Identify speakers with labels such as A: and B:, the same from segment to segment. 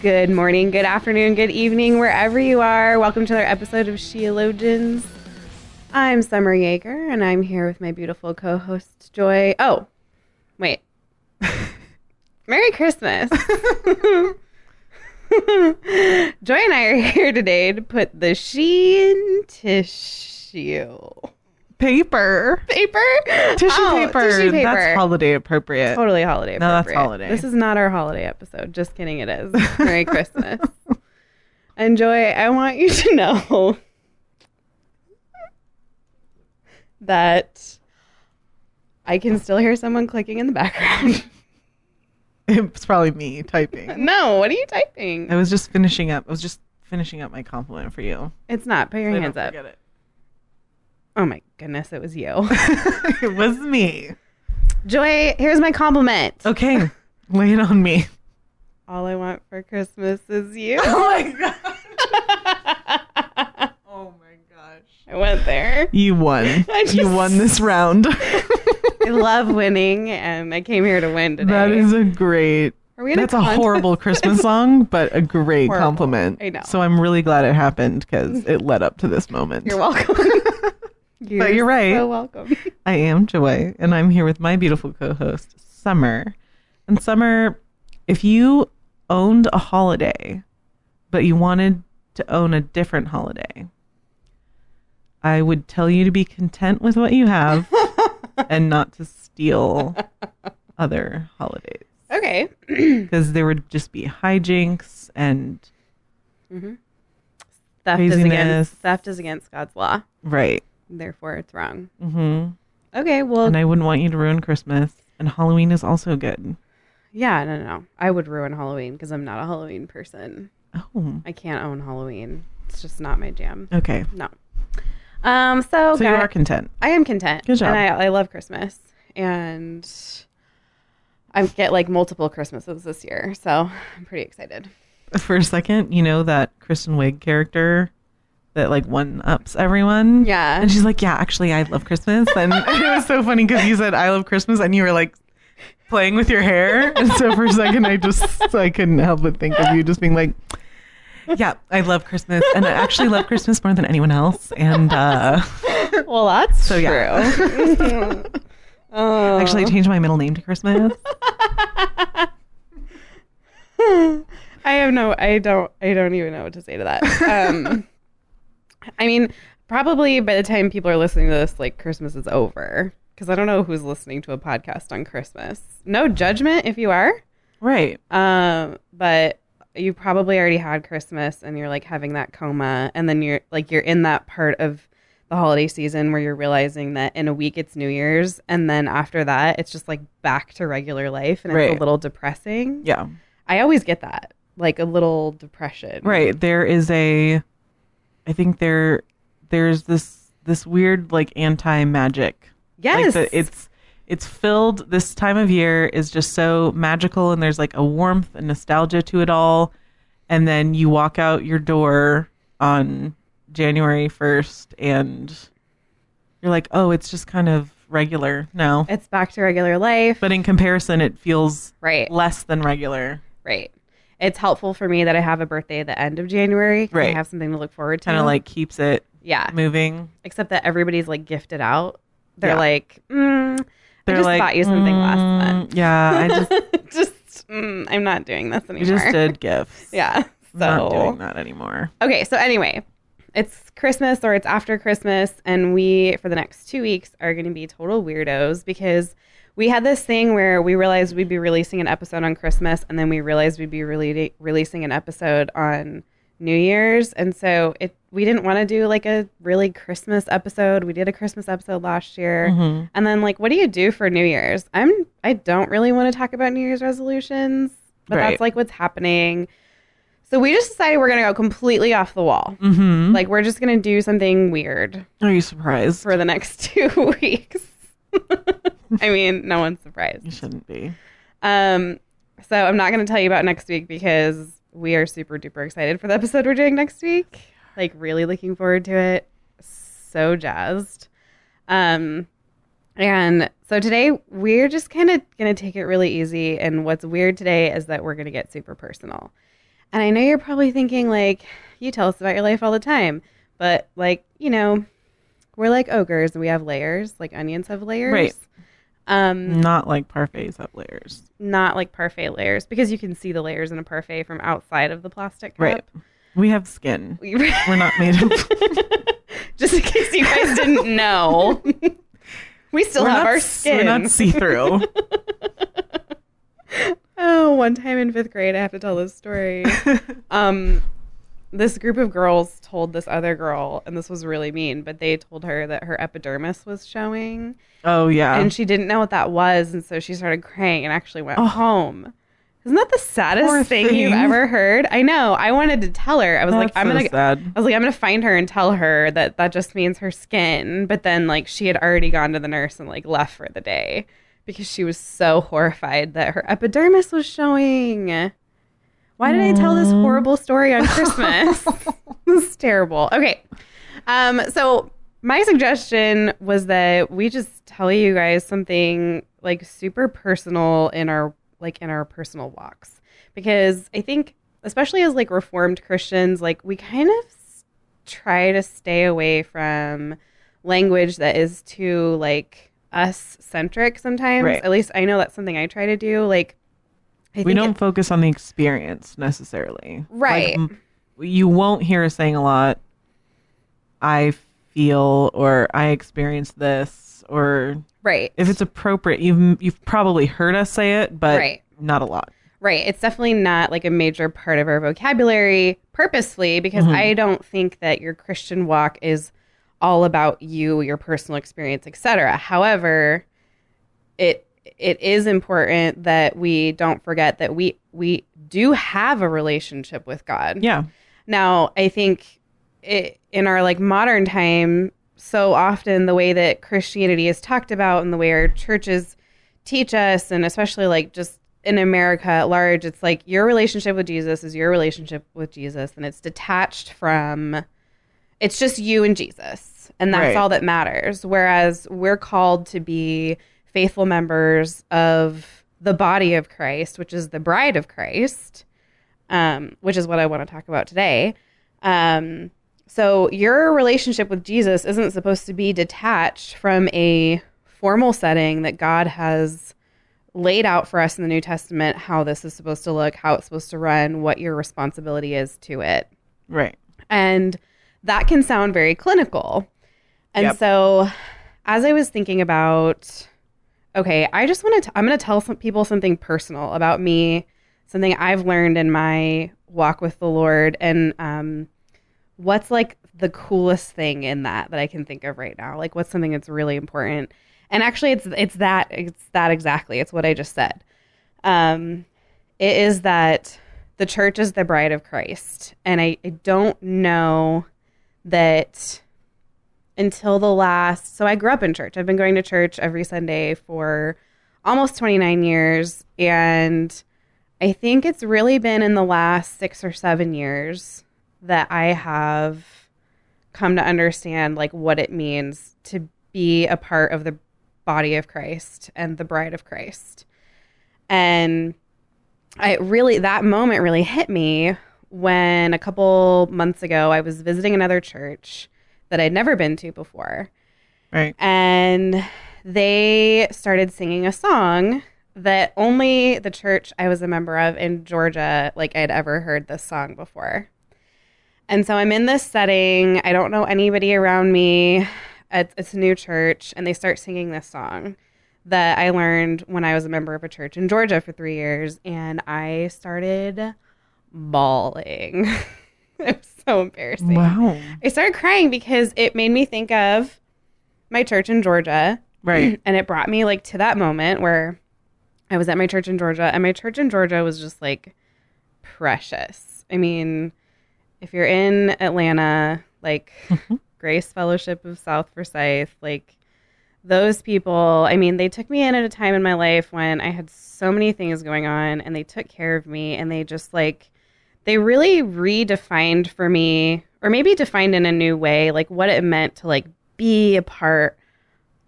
A: Good morning, good afternoon, good evening, wherever you are. Welcome to another episode of Sheologians. I'm Summer Yeager, and I'm here with my beautiful co-host Joy. Oh, wait. Merry Christmas. Joy and I are here today to put the she in tissue
B: paper.
A: paper.
B: Tissue,
A: Oh,
B: paper.
A: Tissue paper.
B: That's holiday appropriate.
A: totally Uh, holiday.
B: No, that's
A: appropriate.
B: holiday.
A: This is not our holiday episode. Just kidding. It is. Merry Christmas. And Joy, I want you to know that I can still hear someone clicking in the background.
B: It's probably me typing.
A: no, what are you typing?
B: I was just finishing up. I was just finishing up my compliment for you.
A: It's not. Put your
B: I don't
A: hands up.
B: forget it.
A: Oh my goodness, it was you.
B: it was me.
A: Joy, here's my compliment.
B: Okay. Lay it on me.
A: All I want for Christmas is you.
B: Oh my god. Oh my gosh.
A: I went there.
B: You won.
A: I just-
B: You won this round.
A: I love winning, and I came here to win today.
B: that is a great
A: Are we in
B: That's a
A: contest?
B: horrible Christmas song, but a great
A: Horrible.
B: compliment.
A: I know.
B: So I'm really glad it happened because it led up to this moment.
A: You're welcome. you're
B: you're right.
A: So welcome.
B: I am Joy, and I'm here with my beautiful co host, Summer. And Summer, if you owned a holiday, but you wanted to own a different holiday, I would tell you to be content with what you have and not to steal other holidays
A: Okay.
B: because there would just be hijinks and
A: Theft is
B: Craziness.
A: against theft is against God's law.
B: right.
A: Therefore, it's wrong.
B: Mm-hmm.
A: Okay. Well,
B: And I wouldn't want you to ruin Christmas. And Halloween is also good.
A: yeah. No, no, no. I would ruin Halloween because I'm not a Halloween person.
B: Oh,
A: I can't own Halloween. It's just not my jam.
B: okay.
A: No. Um. So,
B: So you
A: God-
B: are content.
A: I am content.
B: Good job.
A: And I, I love Christmas. And I get like multiple Christmases this year, so I'm pretty excited.
B: For a second, you know that Kristen Wiig character that like one ups everyone.
A: Yeah.
B: And she's like, yeah, actually, I love Christmas. And it was so funny because you said I love Christmas, and you were like playing with your hair. And so for a second, I just I couldn't help but think of you just being like. Yeah, I love Christmas, and I actually love Christmas more than anyone else. And uh,
A: Well, that's
B: So, yeah.
A: true. oh.
B: actually, I changed my middle name to Christmas.
A: I have no I don't I don't even know what to say to that. Um I mean, probably by the time people are listening to this like Christmas is over cuz I don't know who's listening to a podcast on Christmas. No judgment if you are.
B: Right.
A: Um but you probably already had Christmas and you're like having that coma and then you're like you're in that part of the holiday season where you're realizing that in a week it's New Year's and then after that it's just like back to regular life and it's
B: Right.
A: a little depressing.
B: Yeah.
A: I always get that, like a little depression.
B: Right. There is a I think there there's this this weird like anti magic.
A: Yes.
B: Like the, it's it's filled this time of year is just so magical and there's like a warmth and nostalgia to it all. And then you walk out your door on January 1st and you're like, "Oh, it's just kind of regular now."
A: it's back to regular life.
B: But in comparison, it feels
A: right.
B: less than regular.
A: Right. It's helpful for me that I have a birthday at the end of January. 'cause I
B: Right.
A: have something to look forward to.
B: Kind of like keeps it
A: yeah.
B: moving.
A: Except that everybody's like gifted out. They're
B: Yeah.
A: like, mm,
B: They're
A: I just
B: like,
A: bought you something last month.
B: "Mm, Yeah, I just
A: just, mm, I'm not doing this anymore.
B: You just did gifts.
A: Yeah. So
B: I'm not doing that anymore.
A: Okay, so anyway, it's Christmas or it's after Christmas, and we, for the next two weeks, are going to be total weirdos because we had this thing where we realized we'd be releasing an episode on Christmas, and then we realized we'd be rele- releasing an episode on New Year's, and so it we didn't want to do like a really Christmas episode. We did a Christmas episode last year,
B: Mhm.
A: and then like, what do you do for New Year's? I'm I don't really want to talk about New Year's resolutions, but
B: Right.
A: that's like what's happening. So we just decided we're gonna go completely off the wall.
B: Mm-hmm.
A: Like we're just gonna do something weird
B: Are you surprised?
A: for the next two weeks. I mean, no one's surprised.
B: You shouldn't be.
A: Um, so I'm not going to tell you about next week because we are super duper excited for the episode we're doing next week. Like, really looking forward to it. So jazzed. Um, and so today we're just kind of going to take it really easy. And what's weird today is that we're going to get super personal. And I know you're probably thinking, like, you tell us about your life all the time, but like, you know, we're like ogres and we have layers, like onions have layers.
B: Right.
A: Um,
B: Not like parfaits up layers.
A: not like parfait layers because you can see the layers in a parfait from outside of the plastic cup.
B: Right. We have skin. We're not made of.
A: Just in case you guys didn't know, we still
B: we're
A: have
B: not,
A: our
B: s- we're
A: skin.
B: not see through.
A: Oh, one time in fifth grade, I have to tell this story. um, this group of girls told this other girl, and this was really mean, but they told her that her epidermis was showing,
B: oh yeah.
A: and she didn't know what that was, and so she started crying and actually went home. Isn't that the
B: Poor
A: saddest thing, you've
B: thing.
A: ever heard? I know. I wanted to tell her. I was like,
B: That's
A: I'm
B: so
A: gonna.
B: sad.
A: I was like, I'm gonna find her and tell her that that just means her skin. But then, like, she had already gone to the nurse and like left for the day because she was so horrified that her epidermis was showing. Why did I tell this horrible story on Christmas? this is terrible. Okay, um, so my suggestion was that we just tell you guys something like super personal in our like in our personal walks because I think especially as like reformed Christians, like we kind of s- try to stay away from language that is too like us centric sometimes.
B: Right.
A: At least I know that's something I try to do. Like I
B: We
A: think
B: don't
A: it-
B: focus on the experience necessarily. Like,
A: Right.
B: m- you won't hear us saying a lot. I feel or I experienced this or
A: right.
B: if it's appropriate you've you've probably heard us say it but
A: Right.
B: not a lot
A: Right. It's definitely not like a major part of our vocabulary purposefully because I don't think that your Christian walk is all about you, your personal experience, etc. However, it it is important that we don't forget that we we do have a relationship with God.
B: yeah
A: Now, I think it, in our like modern time, so often the way that Christianity is talked about and the way our churches teach us, and especially like just in America at large, it's like your relationship with Jesus is your relationship with Jesus, and it's detached from. It's just you and Jesus, and that's
B: Right.
A: all that matters. Whereas we're called to be faithful members of the body of Christ, which is the bride of Christ um, which is what I want to talk about today. Um, so, your relationship with Jesus isn't supposed to be detached from a formal setting that God has laid out for us in the New Testament how this is supposed to look, how it's supposed to run, what your responsibility is to it.
B: right
A: And that can sound very clinical. And
B: Yep.
A: so, as I was thinking about, okay, I just want to, I'm going to tell some people something personal about me, something I've learned in my walk with the Lord, and um, what's like the coolest thing in that that I can think of right now? Like, what's something that's really important? And actually, it's it's that it's that exactly. It's what I just said. Um, it is that the church is the bride of Christ. And I, I don't know that until the last. So I grew up in church. I've been going to church every Sunday for almost 29 years. And I think it's really been in the last six or seven years that I have come to understand like what it means to be a part of the body of Christ and the bride of Christ. And I really that moment really hit me when a couple months ago I was visiting another church that I'd never been to before
B: right
A: and they started singing a song that only the church I was a member of in Georgia like I'd ever heard this song before. And so I'm in this setting, I don't know anybody around me. It's, it's a new church and they start singing this song that I learned when I was a member of a church in Georgia for 3 years and I started bawling. it was so embarrassing.
B: Wow.
A: I started crying because it made me think of my church in Georgia.
B: Right.
A: And it brought me like to that moment where I was at my church in Georgia and my church in Georgia was just like precious. I mean, if you're in Atlanta, like Grace Fellowship of South Forsyth, like those people, I mean, they took me in at a time in my life when I had so many things going on and they took care of me and they just like they really redefined for me or maybe defined in a new way like what it meant to like be a part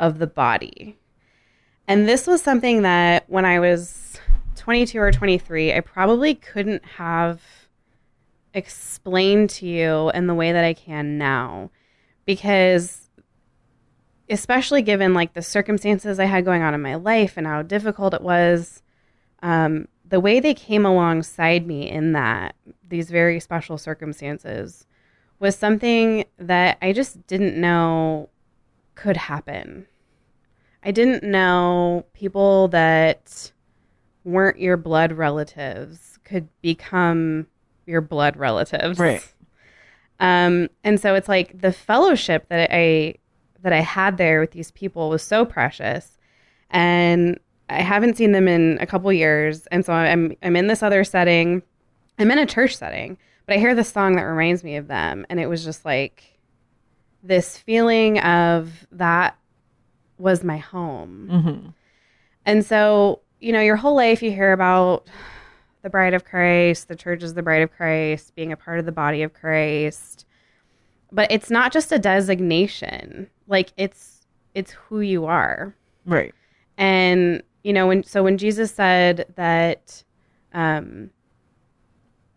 A: of the body. And this was something that when I was 22 or 23, I probably couldn't have explained to you in the way that I can now because especially given like the circumstances I had going on in my life and how difficult it was, um, the way they came alongside me in that these very special circumstances was something that I just didn't know could happen. I didn't know people that weren't your blood relatives could become your blood relatives.
B: Right.
A: Um, and so it's like the fellowship that I that I had there with these people was so precious, and I haven't seen them in a couple years. And so I'm I'm in this other setting, I'm in a church setting, but I hear this song that reminds me of them, and it was just like this feeling of that was my home.
B: Mm-hmm.
A: And so, you know, your whole life you hear about the bride of Christ, the church is the bride of Christ, being a part of the body of Christ. But it's not just a designation. Like it's it's who you are.
B: Right.
A: And you know, when so when Jesus said that um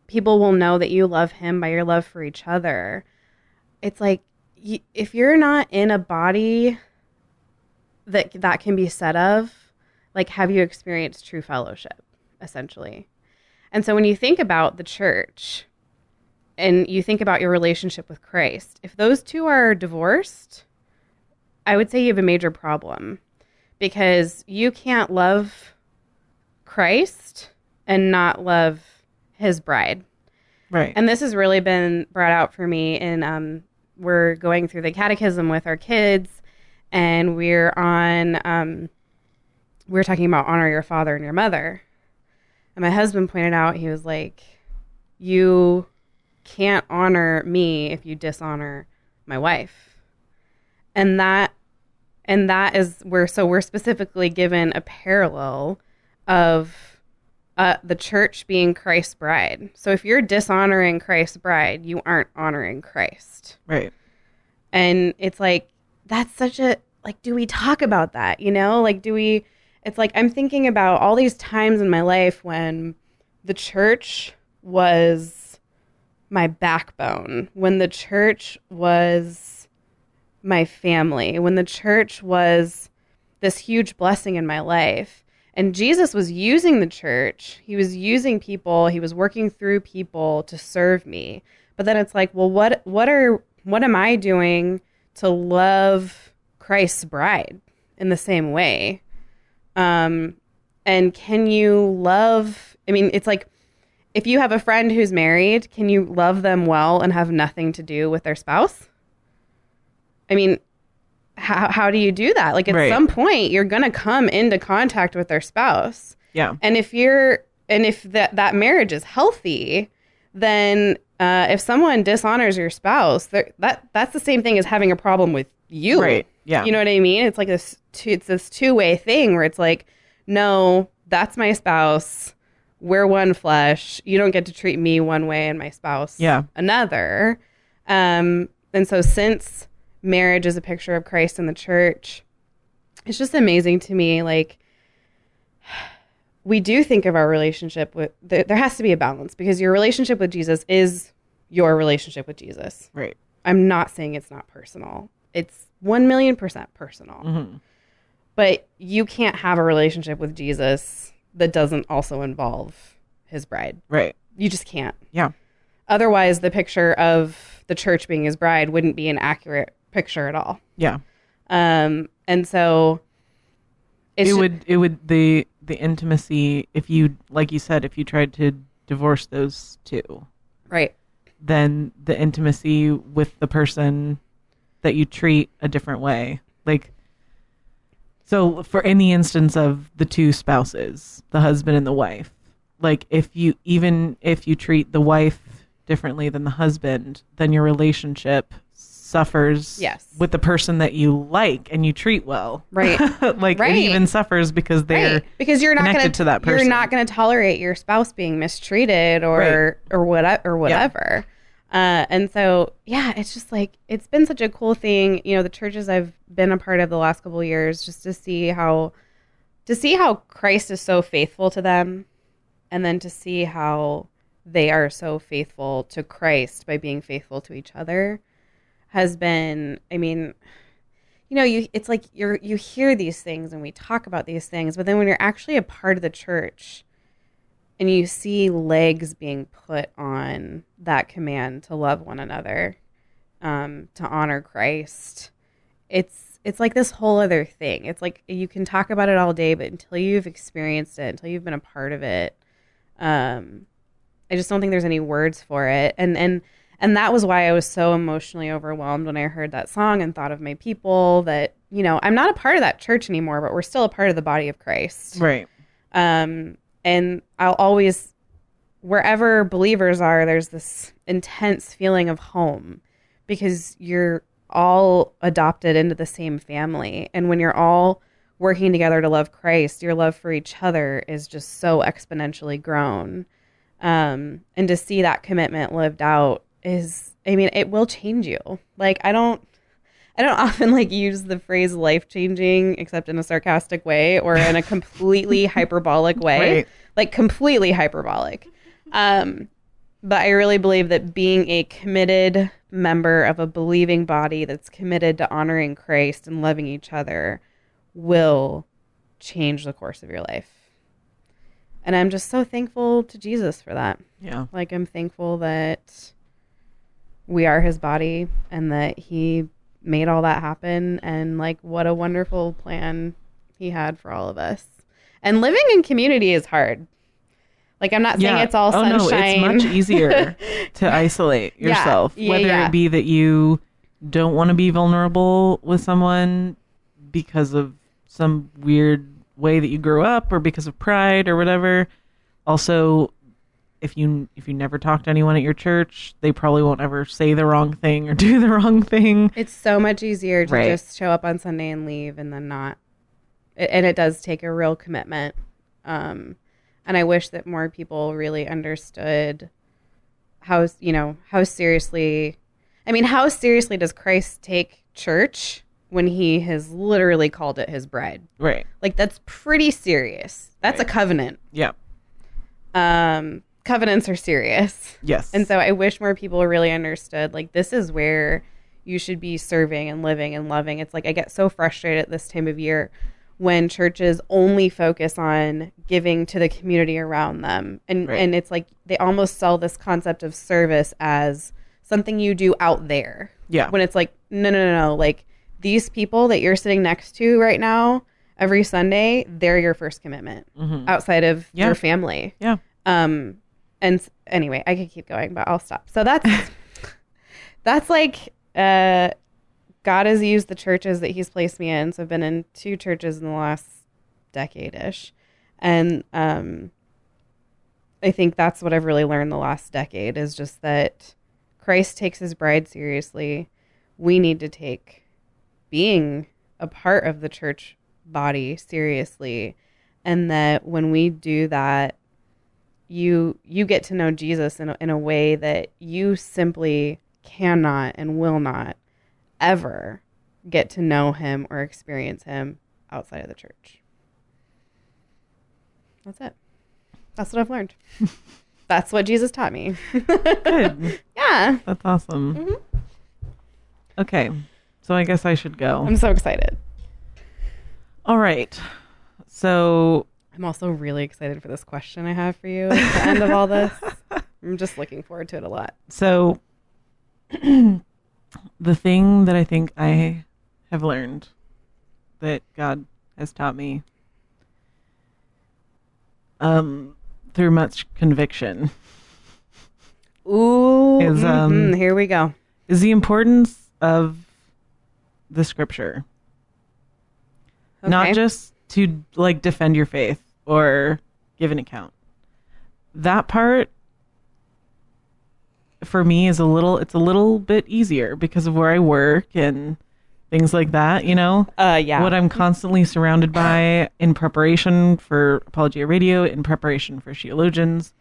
A: people will know that you love him by your love for each other, it's like y if you're not in a body that that can be said of, like have you experienced true fellowship essentially? And so when you think about the church and you think about your relationship with Christ, if those two are divorced, I would say you have a major problem because you can't love Christ and not love his bride.
B: Right.
A: And this has really been brought out for me in um, we're going through the catechism with our kids and we're on um, we're talking about honor your father and your mother. And my husband pointed out, he was like, You can't honor me if you dishonor my wife. And that and that is where so we're specifically given a parallel of uh, the church being Christ's bride. So if you're dishonoring Christ's bride, you aren't honoring Christ.
B: right.
A: And it's like, that's such a, like, do we talk about that? You know, like, do we, it's like, I'm thinking about all these times in my life when the church was my backbone, when the church was my family, when the church was this huge blessing in my life. And Jesus was using the church, he was using people, he was working through people to serve me. But then it's like, well, what what are what am I doing to love Christ's bride in the same way? Um, and can you love? I mean, it's like if you have a friend who's married, can you love them well and have nothing to do with their spouse? I mean, how how do you do that? Like at
B: Right.
A: some point, you're gonna come into contact with their spouse.
B: Yeah.
A: And if you're and if that that marriage is healthy, then uh, if someone dishonors your spouse, they're- that that's the same thing as having a problem with you.
B: Right. Yeah.
A: You know what I mean? It's like this two, it's this two-way thing where it's like, no, that's my spouse. We're one flesh. You don't get to treat me one way and my spouse
B: Yeah.
A: another. Um, and so since marriage is a picture of Christ and the church, it's just amazing to me like we do think of our relationship with there, there has to be a balance because your relationship with Jesus is your relationship with Jesus.
B: Right.
A: I'm not saying it's not personal. It's 1 million percent personal.
B: Mhm.
A: But you can't have a relationship with Jesus that doesn't also involve his bride.
B: Right.
A: You just can't.
B: Yeah.
A: Otherwise, the picture of the church being his bride wouldn't be an accurate picture at all.
B: Yeah.
A: Um, and so it's
B: it
A: ju-
B: would it would the the intimacy if you like you said if you tried to divorce those two
A: right.
B: then the intimacy with the person that you treat a different way. Like, so for any instance of the two spouses, the husband and the wife, like if you even if you treat the wife differently than the husband, then your relationship suffers
A: Yes.
B: with the person that you like and you treat well.
A: Right.
B: like
A: Right.
B: it even suffers because they're
A: Right. Because you're not
B: connected
A: going
B: to that
A: You're
B: person.
A: not going to tolerate your spouse being mistreated or or what or whatever. Uh, and so yeah, it's just like it's been such a cool thing. You know, the churches I've been a part of the last couple of years, just to see how to see how Christ is so faithful to them, and then to see how they are so faithful to Christ by being faithful to each other has been. I mean, you know you it's like you're you hear these things and we talk about these things but then when you're actually a part of the church and you see legs being put on that command to love one another um, to honor christ it's it's like this whole other thing it's like you can talk about it all day but until you've experienced it until you've been a part of it um, I just don't think there's any words for it. And and and that was why I was so emotionally overwhelmed when I heard that song and thought of my people that, you know, I'm not a part of that church anymore, but we're still a part of the body of Christ.
B: right.
A: Um and I'll always wherever believers are, there's this intense feeling of home because you're all adopted into the same family. And when you're all working together to love Christ, your love for each other is just so exponentially grown. Um, and to see that commitment lived out is, I mean, it will change you. Like, I don't. I don't often like use the phrase life changing except in a sarcastic way or in a completely hyperbolic way.
B: Right.
A: Like completely hyperbolic. Um, but I really believe that being a committed member of a believing body that's committed to honoring Christ and loving each other will change the course of your life. And I'm just so thankful to Jesus for that.
B: Yeah.
A: Like, I'm thankful that we are his body and that he made all that happen. And, like, what a wonderful plan he had for all of us. And living in community is hard. Like, I'm not saying it's all
B: oh,
A: sunshine.
B: No, it's much easier to isolate
A: Yeah.
B: yourself,
A: Yeah,
B: whether
A: yeah.
B: it be that you don't want to be vulnerable with someone because of some weird way that you grew up or because of pride or whatever. Also, if you if you never talk to anyone at your church, they probably won't ever say the wrong thing or do the wrong thing.
A: It's so much easier to
B: Right.
A: just show up on Sunday and leave and then not. It, and it does take a real commitment. Um, and I wish that more people really understood how, you know, how seriously, I mean, how seriously does Christ take church when he has literally called it his bride?
B: Right.
A: Like, that's pretty serious. That's a covenant.
B: Yeah.
A: Um, covenants are serious.
B: Yes.
A: And so I wish more people really understood like this is where you should be serving and living and loving. It's like I get so frustrated at this time of year when churches only focus on giving to the community around them. And
B: Right.
A: and it's like they almost sell this concept of service as something you do out there.
B: Yeah.
A: When it's like no no no no like these people that you're sitting next to right now every Sunday, they're your first commitment
B: Mhm.
A: outside of
B: Yeah.
A: your family.
B: Yeah.
A: Um, and s- anyway, I could keep going, but I'll stop. So that's that's like uh, God has used the churches that He's placed me in. So I've been in two churches in the last decade ish, and um, I think that's what I've really learned the last decade is just that Christ takes His bride seriously. We need to take being a part of the church body seriously, and that when we do that, you you get to know Jesus in a, in a way that you simply cannot and will not ever get to know him or experience him outside of the church. That's it. That's what I've learned. That's what Jesus taught me.
B: Good.
A: yeah.
B: That's awesome.
A: Mm-hmm.
B: Okay. So I guess I should go.
A: I'm so excited.
B: All right. So
A: I'm also really excited for this question I have for you at the end of all this. I'm just looking forward to it a lot.
B: so the thing that I think I have learned that God has taught me um through much conviction
A: Ooh,
B: Is, um,
A: mhm, here we go.
B: is the importance of the scripture. Not
A: Okay.
B: just to like defend your faith or give an account. That part for me is a little it's a little bit easier because of where I work and things like that, you know?
A: Uh, yeah.
B: what I'm constantly surrounded by in preparation for Apologia Radio, in preparation for Sheologians.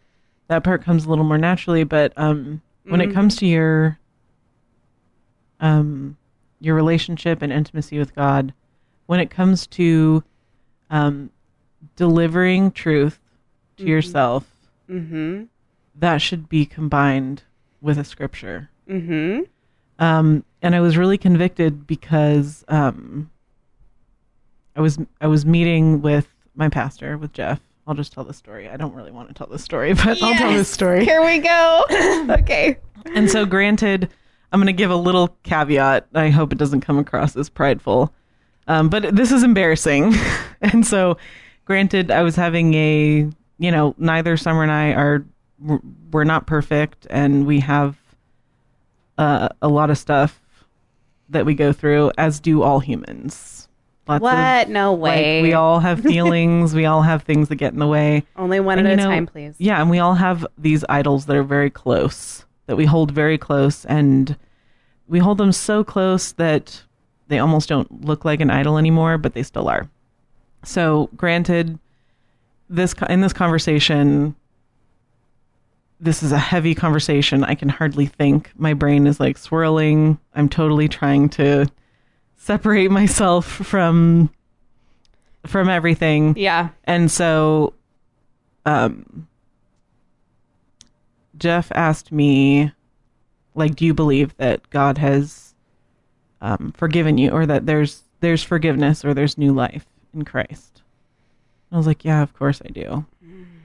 B: That part comes a little more naturally, but um, when it comes to your um, your relationship and intimacy with God, when it comes to um, delivering truth to yourself,
A: mm-hmm.
B: that should be combined with a scripture.
A: Mm-hmm.
B: Um, and I was really convicted because um, I was I was meeting with my pastor with Jeff. I'll just tell the story. I don't really want to tell this story, but I'll tell this story.
A: Here we go. okay.
B: And so, granted, I'm going to give a little caveat. I hope it doesn't come across as prideful, um, but this is embarrassing. and so, granted, I was having a you know neither Summer and I are we're not perfect, and we have uh, a lot of stuff that we go through, as do all humans. Lots of-
A: What? No
B: like,
A: way.
B: we all have feelings. we all have things that get in the way.
A: Only one at
B: And,
A: a
B: you know,
A: time, please.
B: Yeah, and we all have these idols that are very close, that we hold very close, and we hold them so close that they almost don't look like an idol anymore, but they still are. So, granted, this co- in this conversation, this is a heavy conversation. I can hardly think. My brain is like swirling. I'm totally trying to separate myself from from everything.
A: Yeah.
B: And so um Jeff asked me like do you believe that God has um forgiven you or that there's there's forgiveness or there's new life in Christ. I was like, yeah, of course I do. And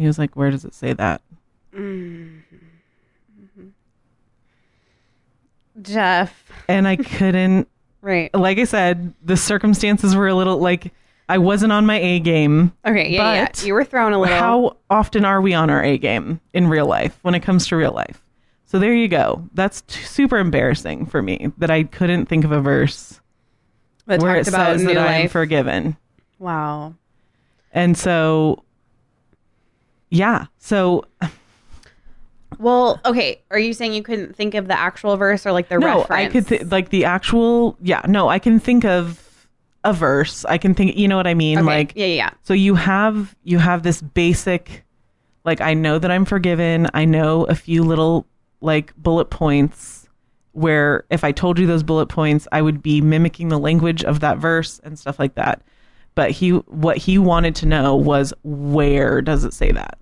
B: he was like, where does it say that?
A: Jeff.
B: And I couldn't
A: Right.
B: like I said, the circumstances were a little like I wasn't on my A game.
A: Okay. Yeah.
B: But
A: yeah. You were thrown a little.
B: How often are we on our A game in real life when it comes to real life? So there you go. That's t- super embarrassing for me that I couldn't think of a verse
A: that
B: where it
A: talked about
B: says
A: new
B: that I'm
A: life.
B: forgiven.
A: wow.
B: And so, yeah. So
A: Well, okay. Are you saying you couldn't think of the actual verse or like the
B: no,
A: reference?
B: I could th- like the actual. Yeah, no, I can think of a verse. I can think. You know what I mean?
A: Okay.
B: Like
A: yeah, yeah, yeah.
B: so you have you have this basic like i know that i'm forgiven i know a few little like bullet points where if i told you those bullet points i would be mimicking the language of that verse and stuff like that but he what he wanted to know was where does it say that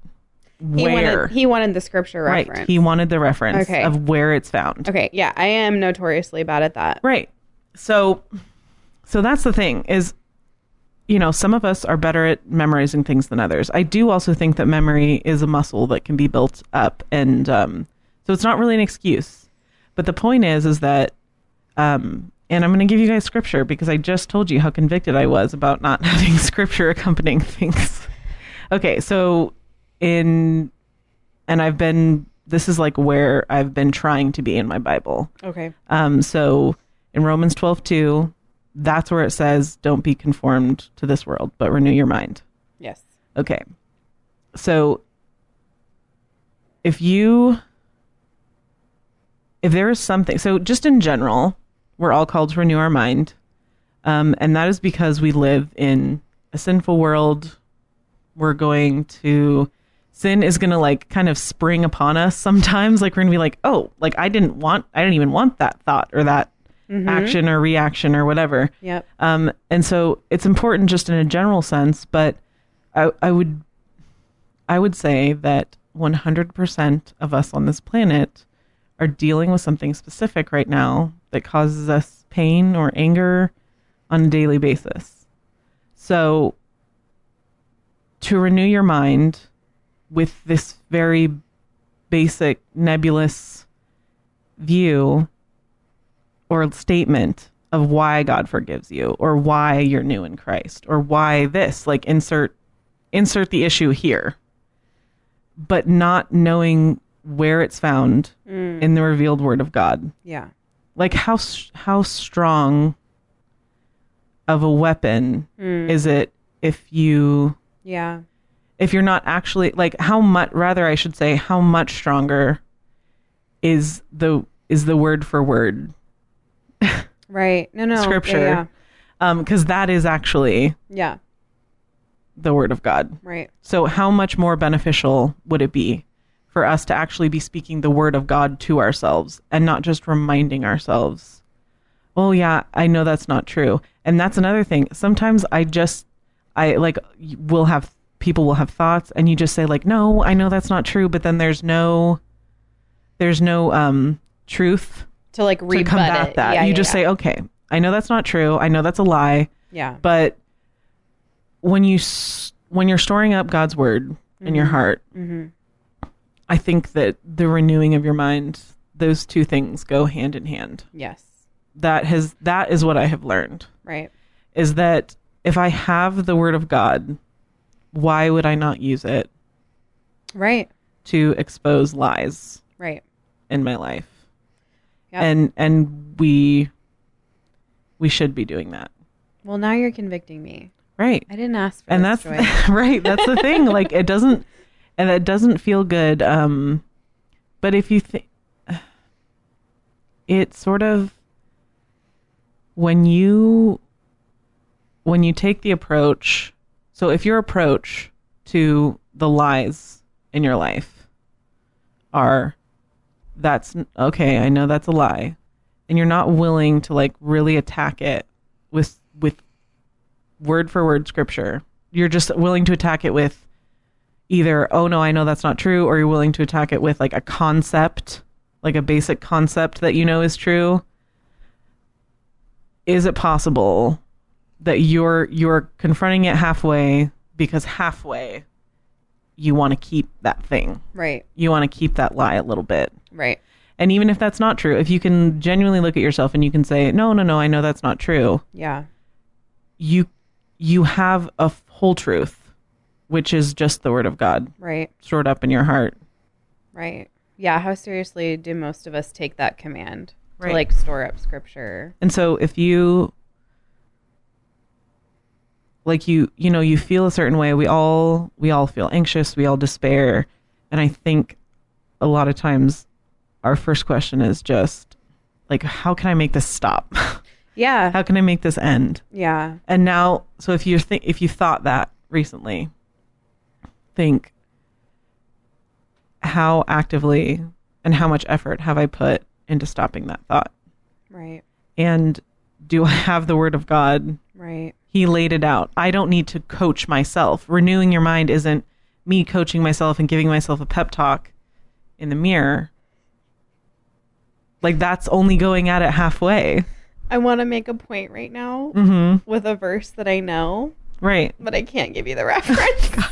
A: He
B: where
A: wanted he wanted the scripture
B: right
A: reference.
B: he wanted the reference
A: Okay.
B: of where it's found
A: okay, yeah, I am notoriously bad at that.
B: Right. So so that's the thing is you know, some of us are better at memorizing things than others. I do also think that memory is a muscle that can be built up and um so it's not really an excuse. But the point is is that um and I'm going to give you guys scripture because I just told you how convicted I was about not having scripture accompanying things. Okay, so in and I've been this is like where I've been trying to be in my Bible.
A: Okay.
B: Um, so in Romans twelve two, that's where it says, don't be conformed to this world, but renew your mind.
A: Yes.
B: Okay. So if you, if there is something, so just in general, we're all called to renew our mind. Um, and that is because we live in a sinful world. We're going to, sin is going to like kind of spring upon us sometimes. Like we're going to be like, oh, like I didn't want, I didn't even want that thought or that
A: Mm-hmm.
B: action or reaction or whatever.
A: Yep.
B: Um, and so it's important just in a general sense, but I, I would I would say that 100% of us on this planet are dealing with something specific right now that causes us pain or anger on a daily basis. So to renew your mind with this very basic nebulous view or statement of why God forgives you or why you're new in Christ or why this like insert insert the issue here but not knowing where it's found
A: Mm.
B: in the revealed word of God.
A: Yeah.
B: Like how s- how strong of a weapon
A: Mm.
B: is it if you
A: Yeah.
B: if you're not actually like how much rather I should say how much stronger is the is the word for word
A: Right. No, no. Yeah,
B: scripture
A: Yeah.
B: um cuz that is actually
A: yeah.
B: the word of God.
A: Right.
B: So, how much more beneficial would it be for us to actually be speaking the word of God to ourselves and not just reminding ourselves, oh, yeah, I know that's not true. And that's another thing. Sometimes I just, I like, will have people will have thoughts and you just say, like, no, I know that's not true. But then there's no, there's no, um, truth
A: To like
B: to
A: rebut
B: combat
A: it.
B: that.
A: Yeah,
B: you
A: yeah,
B: just
A: yeah.
B: say, okay, I know that's not true. I know that's a lie
A: Yeah.
B: but when you s- when you're storing up God's word in your heart,
A: Mm-hmm.
B: I think that the renewing of your mind, those two things go hand in hand.
A: Yes.
B: That has that is what I have learned
A: Right.
B: is that if I have the word of God, why would I not use it
A: Right.
B: to expose lies
A: Right.
B: in my life?
A: Yep.
B: And and we we should be doing that.
A: Well, now you're convicting me.
B: Right.
A: I didn't ask for
B: and
A: this,
B: that's
A: Joy.
B: right that's the thing like it doesn't and it doesn't feel good um but if you think it sort of when you when you take the approach so if your approach to the lies in your life are that's okay i know that's a lie and you're not willing to like really attack it with with word for word scripture. You're just willing to attack it with either, oh no, I know that's not true, or you're willing to attack it with like a concept, like a basic concept that you know is true. Is it possible that you're you're confronting it halfway because halfway you want to keep that thing.
A: right.
B: You want to keep that lie a little bit.
A: Right.
B: And even if that's not true, if you can genuinely look at yourself and you can say, "No, no, no, I know that's not true."
A: Yeah.
B: you you have a f- whole truth which is just the word of god
A: Right.
B: stored up in your heart
A: Right. Yeah. How seriously do most of us take that command
B: Right.
A: to like store up scripture?
B: and so if you like you you know you feel a certain way we all we all feel anxious we all despair and i think a lot of times our first question is just like how can i make this stop
A: Yeah.
B: how can i make this end
A: Yeah.
B: And now, so if you think if you thought that recently, think how actively and how much effort have I put into stopping that thought?
A: Right.
B: And do I have the word of God?
A: Right.
B: He laid it out. I don't need to coach myself. Renewing your mind isn't me coaching myself and giving myself a pep talk in the mirror. Like that's only going at it halfway.
C: I want to make a point right now
B: Mhm.
C: with a verse that I know,
B: Right.
C: but I can't give you the reference.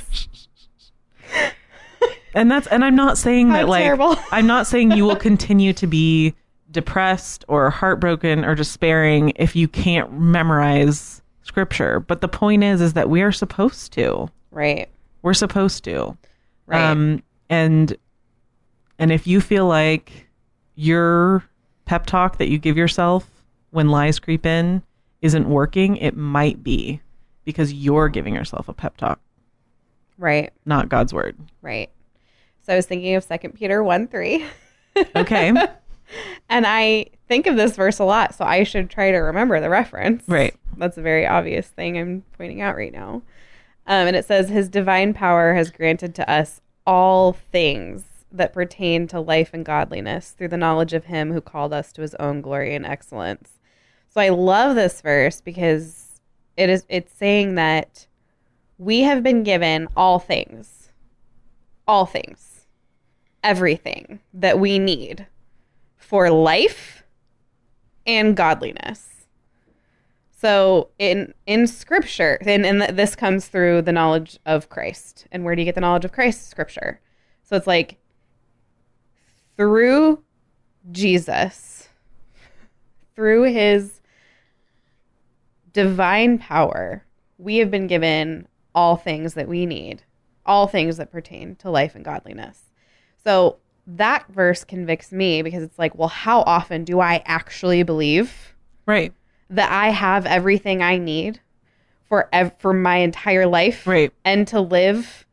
B: and that's and i'm not saying
C: How
B: that like
C: terrible.
B: i'm not saying you will continue to be depressed or heartbroken or despairing if you can't memorize scripture but the point is is that we are supposed to
A: Right.
B: we're supposed to
A: Right.
B: um and and if you feel like your pep talk that you give yourself when lies creep in isn't working it might be because you're giving yourself a pep talk
A: right.
B: not god's word
A: Right.
C: so I was thinking of 2 Peter 1 3.
B: okay
C: And I think of this verse a lot, so I should try to remember the reference.
B: Right.
C: That's a very obvious thing I'm pointing out right now. Um, and it says, His divine power has granted to us all things that pertain to life and godliness through the knowledge of Him who called us to His own glory and excellence. So I love this verse because it is it's saying that we have been given all things, all things, everything that we need for life and godliness. So in in scripture, and, and th- this comes through the knowledge of Christ. And where do you get the knowledge of Christ? Scripture. So it's like through Jesus, through his divine power, we have been given all things that we need, all things that pertain to life and godliness. So
A: that verse convicts me because it's like, well, how often do I actually believe
B: Right.
A: that I have everything I need for ev- for my entire life
B: Right.
A: and to live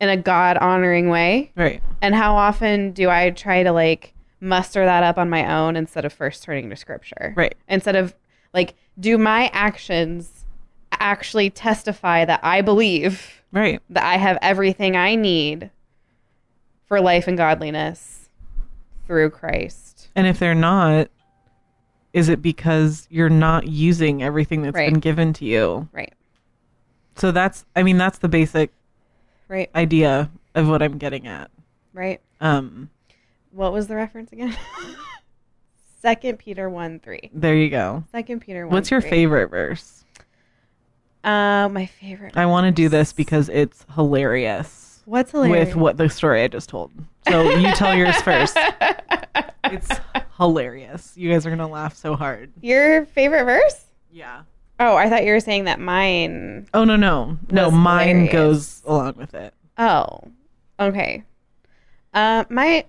A: in a God honoring way?
B: Right.
A: And how often do I try to like muster that up on my own instead of first turning to scripture?
B: Right.
A: Instead of like, do my actions actually testify that I believe
B: Right.
A: that I have everything I need for life and godliness through Christ?
B: And if they're not, is it because you're not using everything that's
A: Right.
B: been given to you?
A: Right.
B: So that's I mean that's the basic
A: Right.
B: idea of what I'm getting at.
A: Right.
B: Um
A: What was the reference again? Second Peter one three.
B: there you go.
A: Second Peter one.
B: What's your
A: 3.
B: favorite verse?
A: Uh, my favorite.
B: I want to do this because it's hilarious,
A: What's hilarious?
B: with what the story I just told. So you tell yours first. It's hilarious. You guys are going to laugh so hard.
A: Your favorite verse?
B: Yeah.
A: Oh, I thought you were saying that mine.
B: Oh no no. No,
A: Was
B: mine
A: hilarious.
B: goes along with it.
A: Oh, okay. Uh, my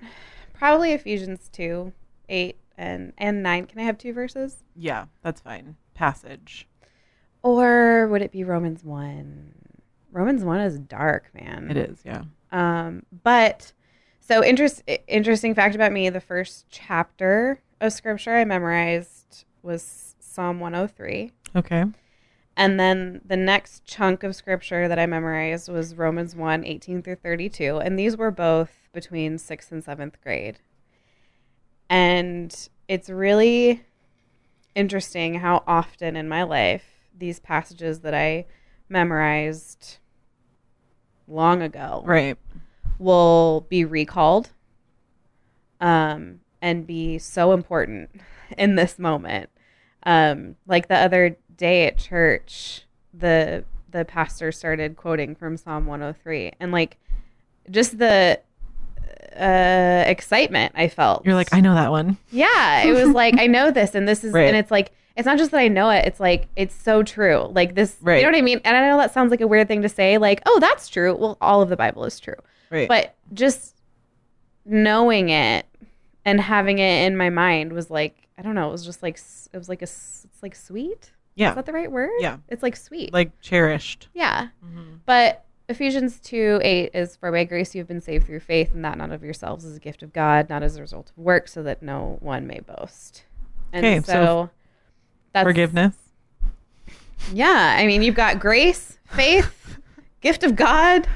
A: probably Ephesians two, eight and and nine. Can I have two verses?
B: Yeah, that's fine. Passage.
A: Or would it be Romans one? Romans one is dark, man.
B: It is, yeah.
A: Um, but so interest interesting fact about me: the first chapter of scripture I memorized was Psalm 103,
B: Okay.
A: and then the next chunk of scripture that I memorized was Romans 1, 18 through 32, and these were both between sixth and seventh grade. And it's really interesting how often in my life these passages that I memorized long ago
B: Right.
A: will be recalled um, and be so important in this moment. Um, like the other day at church, the the pastor started quoting from Psalm 103, and like just the uh, excitement I felt.
B: You're like, I know that one.
A: Yeah, it was like I know this, and this is,
B: Right.
A: and it's like it's not just that I know it; it's like it's so true. Like this,
B: Right.
A: you know what I mean? And I know that sounds like a weird thing to say, like, oh, that's true. Well, all of the Bible is true,
B: Right.
A: but just knowing it and having it in my mind was like I don't know. It was just like s- it was like a s- it's like sweet.
B: Yeah.
A: Is that the right word?
B: Yeah.
A: It's like sweet.
B: like cherished.
A: yeah. But Ephesians 2 8 is for by grace you have been saved through faith, and that not of yourselves is a gift of God, not as a result of work, so that no one may boast. And
B: Okay, so
A: so, that's
B: Forgiveness.
A: Yeah. I mean, you've got grace, faith, gift of God.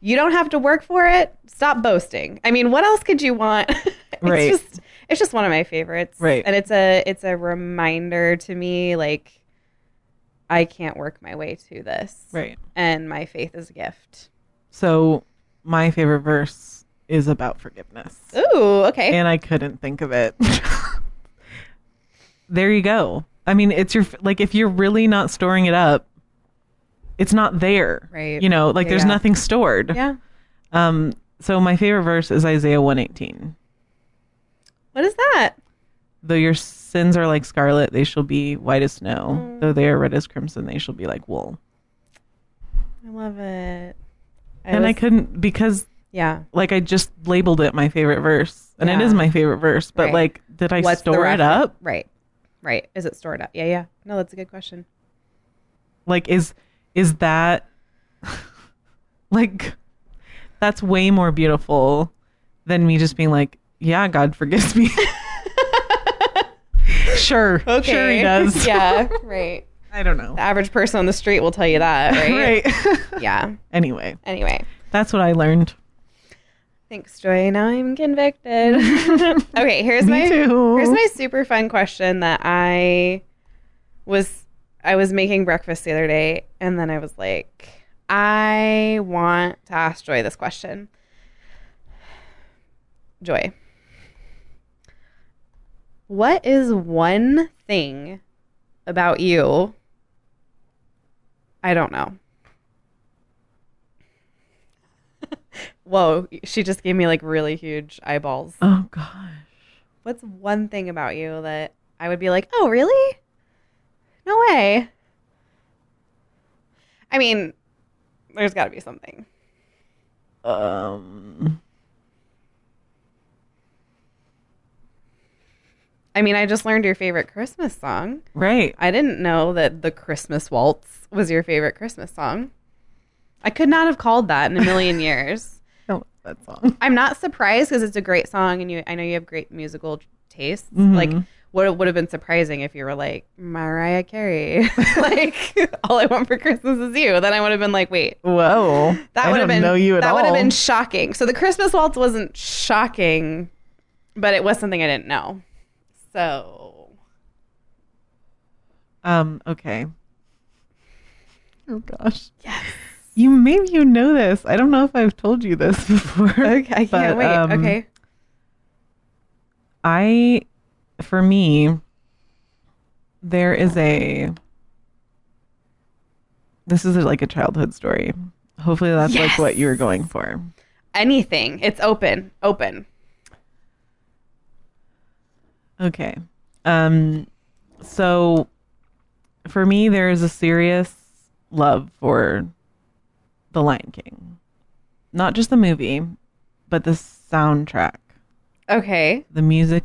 A: You don't have to work for it. Stop boasting. I mean, what else could you want? it's
B: Right.
A: just it's just one of my favorites.
B: Right.
A: And it's a it's a reminder to me like I can't work my way to this.
B: Right.
A: And my faith is a gift.
B: So my favorite verse is about forgiveness.
A: Ooh, okay.
B: And I couldn't think of it. there you go. I mean, it's your like if you're really not storing it up, it's not there.
A: Right.
B: You know, like
A: Yeah,
B: there's
A: yeah.
B: nothing stored.
A: yeah.
B: Um so my favorite verse is Isaiah 118.
A: What is that?
B: Though your sins are like scarlet, they shall be white as snow.
A: Mm.
B: Though they are red as crimson, they shall be like wool.
A: I love it.
B: and I
A: was-
B: couldn't because
A: Yeah.
B: like I just labeled it my favorite verse, and it
A: Yeah.
B: is my favorite verse. But
A: Right.
B: like, did I
A: What's the
B: store it
A: reference?
B: up?
A: Right. Right. Is it stored up? Yeah, yeah. No, that's a good question.
B: Like, is is that like that's way more beautiful than me just being like, yeah, God forgives me. sure, sure he does.
A: yeah, right.
B: I don't know.
A: The average person on the street will tell you that, right?
B: Right.
A: Yeah.
B: anyway,
A: Anyway.
B: that's what I learned.
A: Thanks, Joy. Now I'm convicted. okay, here's
B: Me
A: my
B: too.
A: here's my super fun question that I was I was making breakfast the other day, and then I was like, I want to ask Joy this question. Joy, what is one thing about you I don't know? Whoa, she just gave me like really huge eyeballs.
B: Oh gosh.
A: What's one thing about you that I would be like, oh, really? No way. I mean, there's got to be something.
B: Um.
A: I mean, I just learned your favorite Christmas song.
B: Right.
A: I didn't know that the Christmas waltz was your favorite Christmas song. I could not have called that in a million years.
B: I love that song.
A: I'm not surprised because it's a great song, and you. I know you have great musical tastes.
B: Mm-hmm.
A: Like, what would have been surprising if you were like Mariah Carey, like all I want for Christmas is you. Then I would have been like, wait,
B: Whoa.
A: that
B: I
A: would have
B: don't
A: been
B: know you at
A: that
B: all.
A: would have been shocking. So the Christmas waltz wasn't shocking, but it was something I didn't know. So
B: Um, okay. Oh gosh. Yes. You maybe you know this. I don't know if I've told you this before.
A: okay, I can't
B: but,
A: wait.
B: um,
A: okay,
B: I for me there is a this is like a childhood story. Hopefully that's like what you were going for.
A: anything. It's open, open.
B: Okay. Um so for me there is a serious love for The Lion King. Not just the movie, but the soundtrack,
A: Okay,
B: the music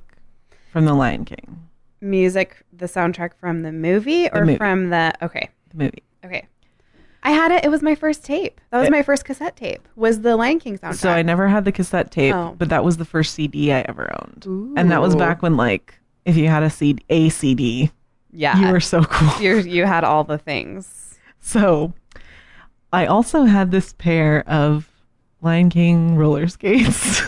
B: from The Lion King,
A: music, the soundtrack from the movie or
B: movie.
A: from the okay,
B: the movie.
A: okay. I had it. It was my first tape. That was my first cassette tape. Was the Lion King soundtrack?
B: Eh. So I never had the cassette tape,
A: Oh.
B: but that was the first CD I ever owned. And that was back when like if you had a CD, a CD,
A: yeah,
B: you were so cool.
A: you you had all the things.
B: So I also had this pair of Lion King roller skates.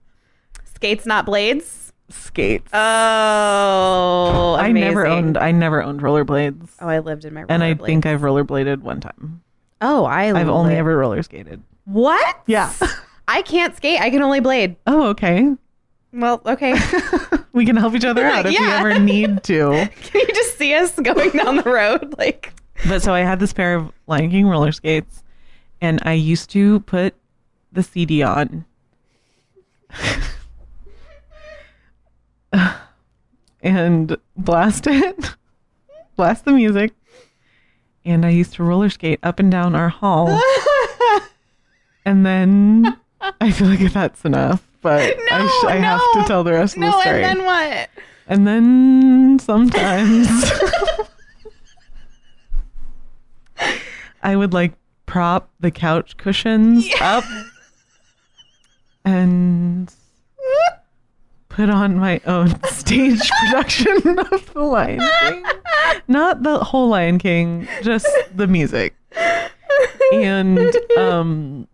A: Skates, not blades.
B: skates.
A: Oh,
B: I never
A: amazing.
B: owned I never owned rollerblades.
A: Oh, I lived in my
B: and I
A: rollerblades.
B: think I've rollerbladed one time.
A: Oh, I
B: I've only
A: li-
B: ever roller skated.
A: what?
B: Yeah.
A: I can't skate. I can only blade.
B: Oh, okay.
A: Well, okay.
B: We can help each other out if you
A: Yeah.
B: ever need to.
A: can you just see us going down the road? Like,
B: But so I had this pair of Lion King roller skates, and I used to put the CD on. and blast it, blast the music. And I used to roller skate up and down our hall. and then I feel like that's enough, but I, sh- I have to
A: no,
B: tell the rest of
A: no,
B: the story.
A: and then what?
B: And then sometimes I would like prop the couch cushions up and put on my own stage production of The Lion King. Not the whole Lion King, just the music. And um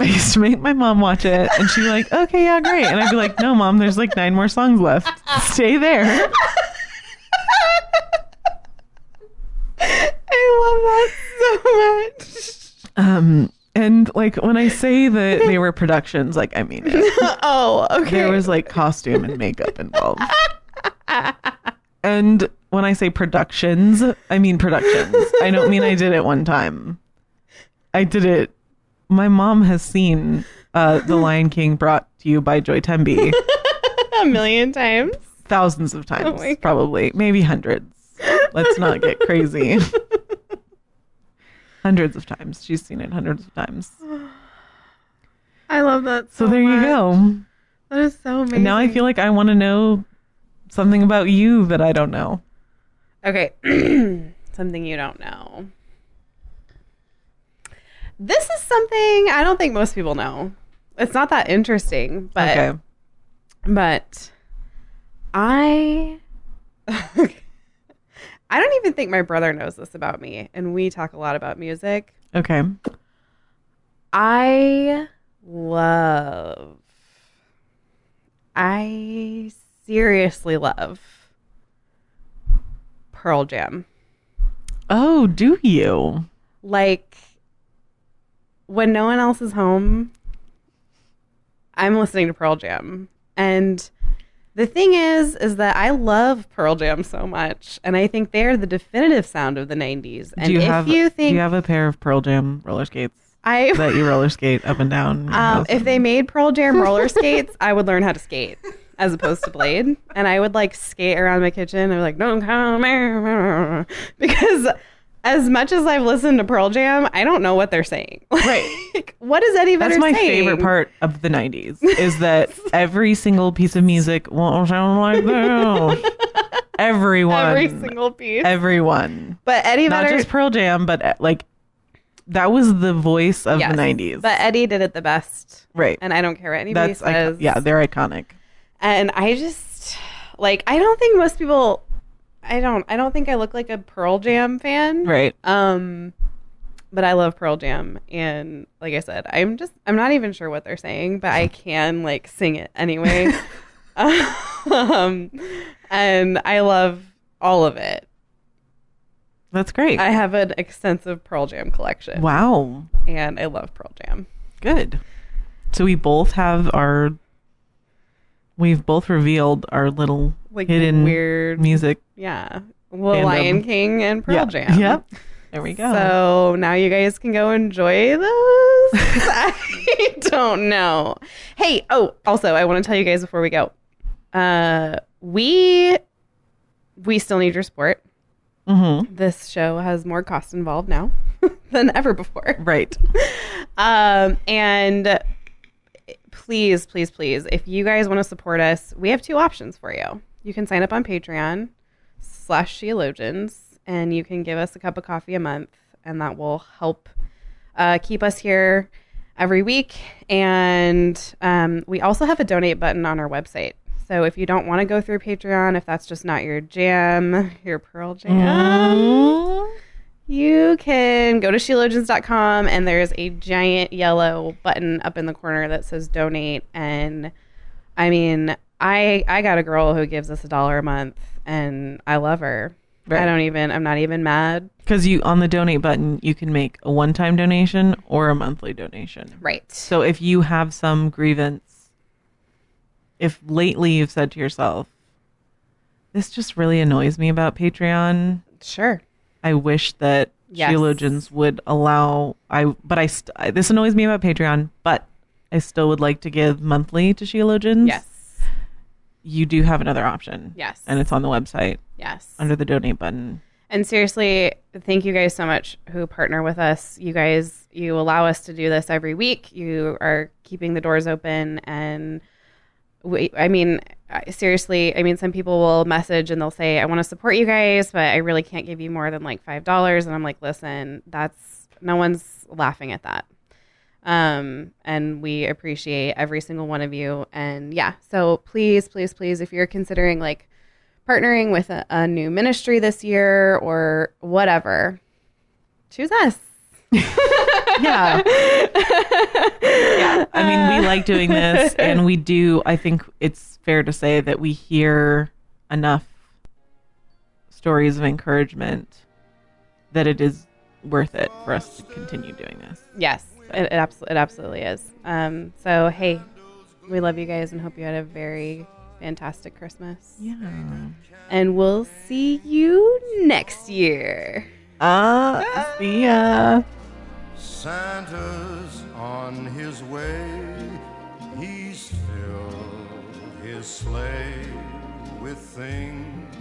B: I used to make my mom watch it, and she'd be like, "Okay, yeah, great," and I'd be like, "No, mom, there's like nine more songs left. Stay there."
A: I love that so
B: Um, and like when I say that they were productions, like I mean, it.
A: much. oh, okay.
B: there was like costume and makeup involved. And when I say productions, I mean productions. I don't mean I did it one time. I did it. My mom has seen uh, The Lion King brought to you by Joy Tembi.
A: a million times.
B: thousands of times,
A: Oh my God.
B: probably maybe hundreds. Let's not get crazy. hundreds of times. She's seen it hundreds of times.
A: Oh, I love that.
B: So there you go.
A: That is so amazing.
B: And now I feel like I want to know something about you that I don't know.
A: Okay. something you don't know. This is something I don't think most people know. It's not that interesting, but
B: Okay.
A: but I I don't even think my brother knows this about me and we talk a lot about music.
B: Okay.
A: I love I seriously love Pearl Jam.
B: Oh, do you?
A: like when no one else is home i'm listening to pearl jam and the thing is is that i love pearl jam so much and i think they're the definitive sound of the 90s and
B: do you
A: if
B: have
A: you
B: do
A: think
B: you have a pair of Pearl Jam roller skates
A: i
B: that you roller skate up and down? your
A: um,
B: house?
A: if they made pearl jam roller skates i would learn how to skate as opposed to blade and i would like skate around my kitchen i was like don't come here because as much as I've listened to Pearl Jam, I don't know what they're saying.
B: Right.
A: Like, what is Eddie Vedder
B: That's my
A: saying?
B: favorite part of the 90s is that every single piece of music won't sound like this. Everyone.
A: Every single piece.
B: Everyone.
A: but Eddie
B: Not
A: Vedder,
B: just Pearl Jam, but uh, like that was the voice of
A: Yes.
B: the 90s.
A: but Eddie did it the best,
B: right.
A: and I don't care what anybody
B: That's
A: says.
B: icon- yeah, they're iconic.
A: and I just like I don't think most people. I don't. I don't think I look like a Pearl Jam fan.
B: Right.
A: Um, but I love Pearl Jam, and like I said, I'm just I'm not even sure what they're saying, but I can like sing it anyway. um, and I love all of it.
B: That's great.
A: I have an extensive Pearl Jam collection,
B: wow.
A: and I love Pearl Jam.
B: Good. So we both have our we've both revealed our little
A: Like
B: hidden
A: weird,
B: music.
A: yeah. The
B: Fandom.
A: Lion King and Pearl
B: Yeah.
A: Jam.
B: Yep. There we go.
A: So now you guys can go enjoy those. I don't know. Hey, oh, also I want to tell you guys before we go. Uh we we still need your support.
B: Mhm.
A: This show has more cost involved now than ever before.
B: Right.
A: Um and please, please, please, if you guys want to support us, we have two options for you. You can sign up on Patreon slash theologians and you can give us a cup of coffee a month and that will help uh, keep us here every week and um, we also have a donate button on our website so if you don't want to go through patreon if that's just not your jam your pearl jam you can go to sheologians.com and there's a giant yellow button up in the corner that says donate and i mean i i got a girl who gives us a dollar a month and i love her i
B: Right.
A: don't even i'm not even mad
B: Because you on the donate button, you can make a one-time donation or a monthly donation.
A: right
B: So if you have some grievance, if lately you've said to yourself, "This just really annoys me about Patreon,"
A: sure
B: I wish that
A: Yes.
B: theologians would allow. I but I, st- I this annoys me about Patreon, but I still would like to give monthly to theologians.
A: yes
B: you do have another option.
A: Yes.
B: and it's on the website
A: yes
B: under the donate button.
A: And seriously, thank you guys so much who partner with us. You guys, you allow us to do this every week. You are keeping the doors open. And we, I mean, I- seriously, I mean, some people will message and they'll say, I want to support you guys, but I really can't give you more than like $5. And I'm like, listen, that's no one's laughing at that. Um, and we appreciate every single one of you. And yeah, so please, please, please, if you're considering like, partnering with a, a new ministry this year or whatever, choose us.
B: Yeah. yeah. I
A: Uh,
B: mean, we like doing this, and we do. I think it's fair to say that we hear enough stories of encouragement that it is worth it for us to continue doing this.
A: Yes, it, it, abso- it absolutely is. Um, so, hey, we love you guys and hope you had a very fantastic Christmas.
B: Yeah.
A: And we'll see you next year.
B: Ah, see ya.
D: Santa's on his way. He's filled his sleigh with things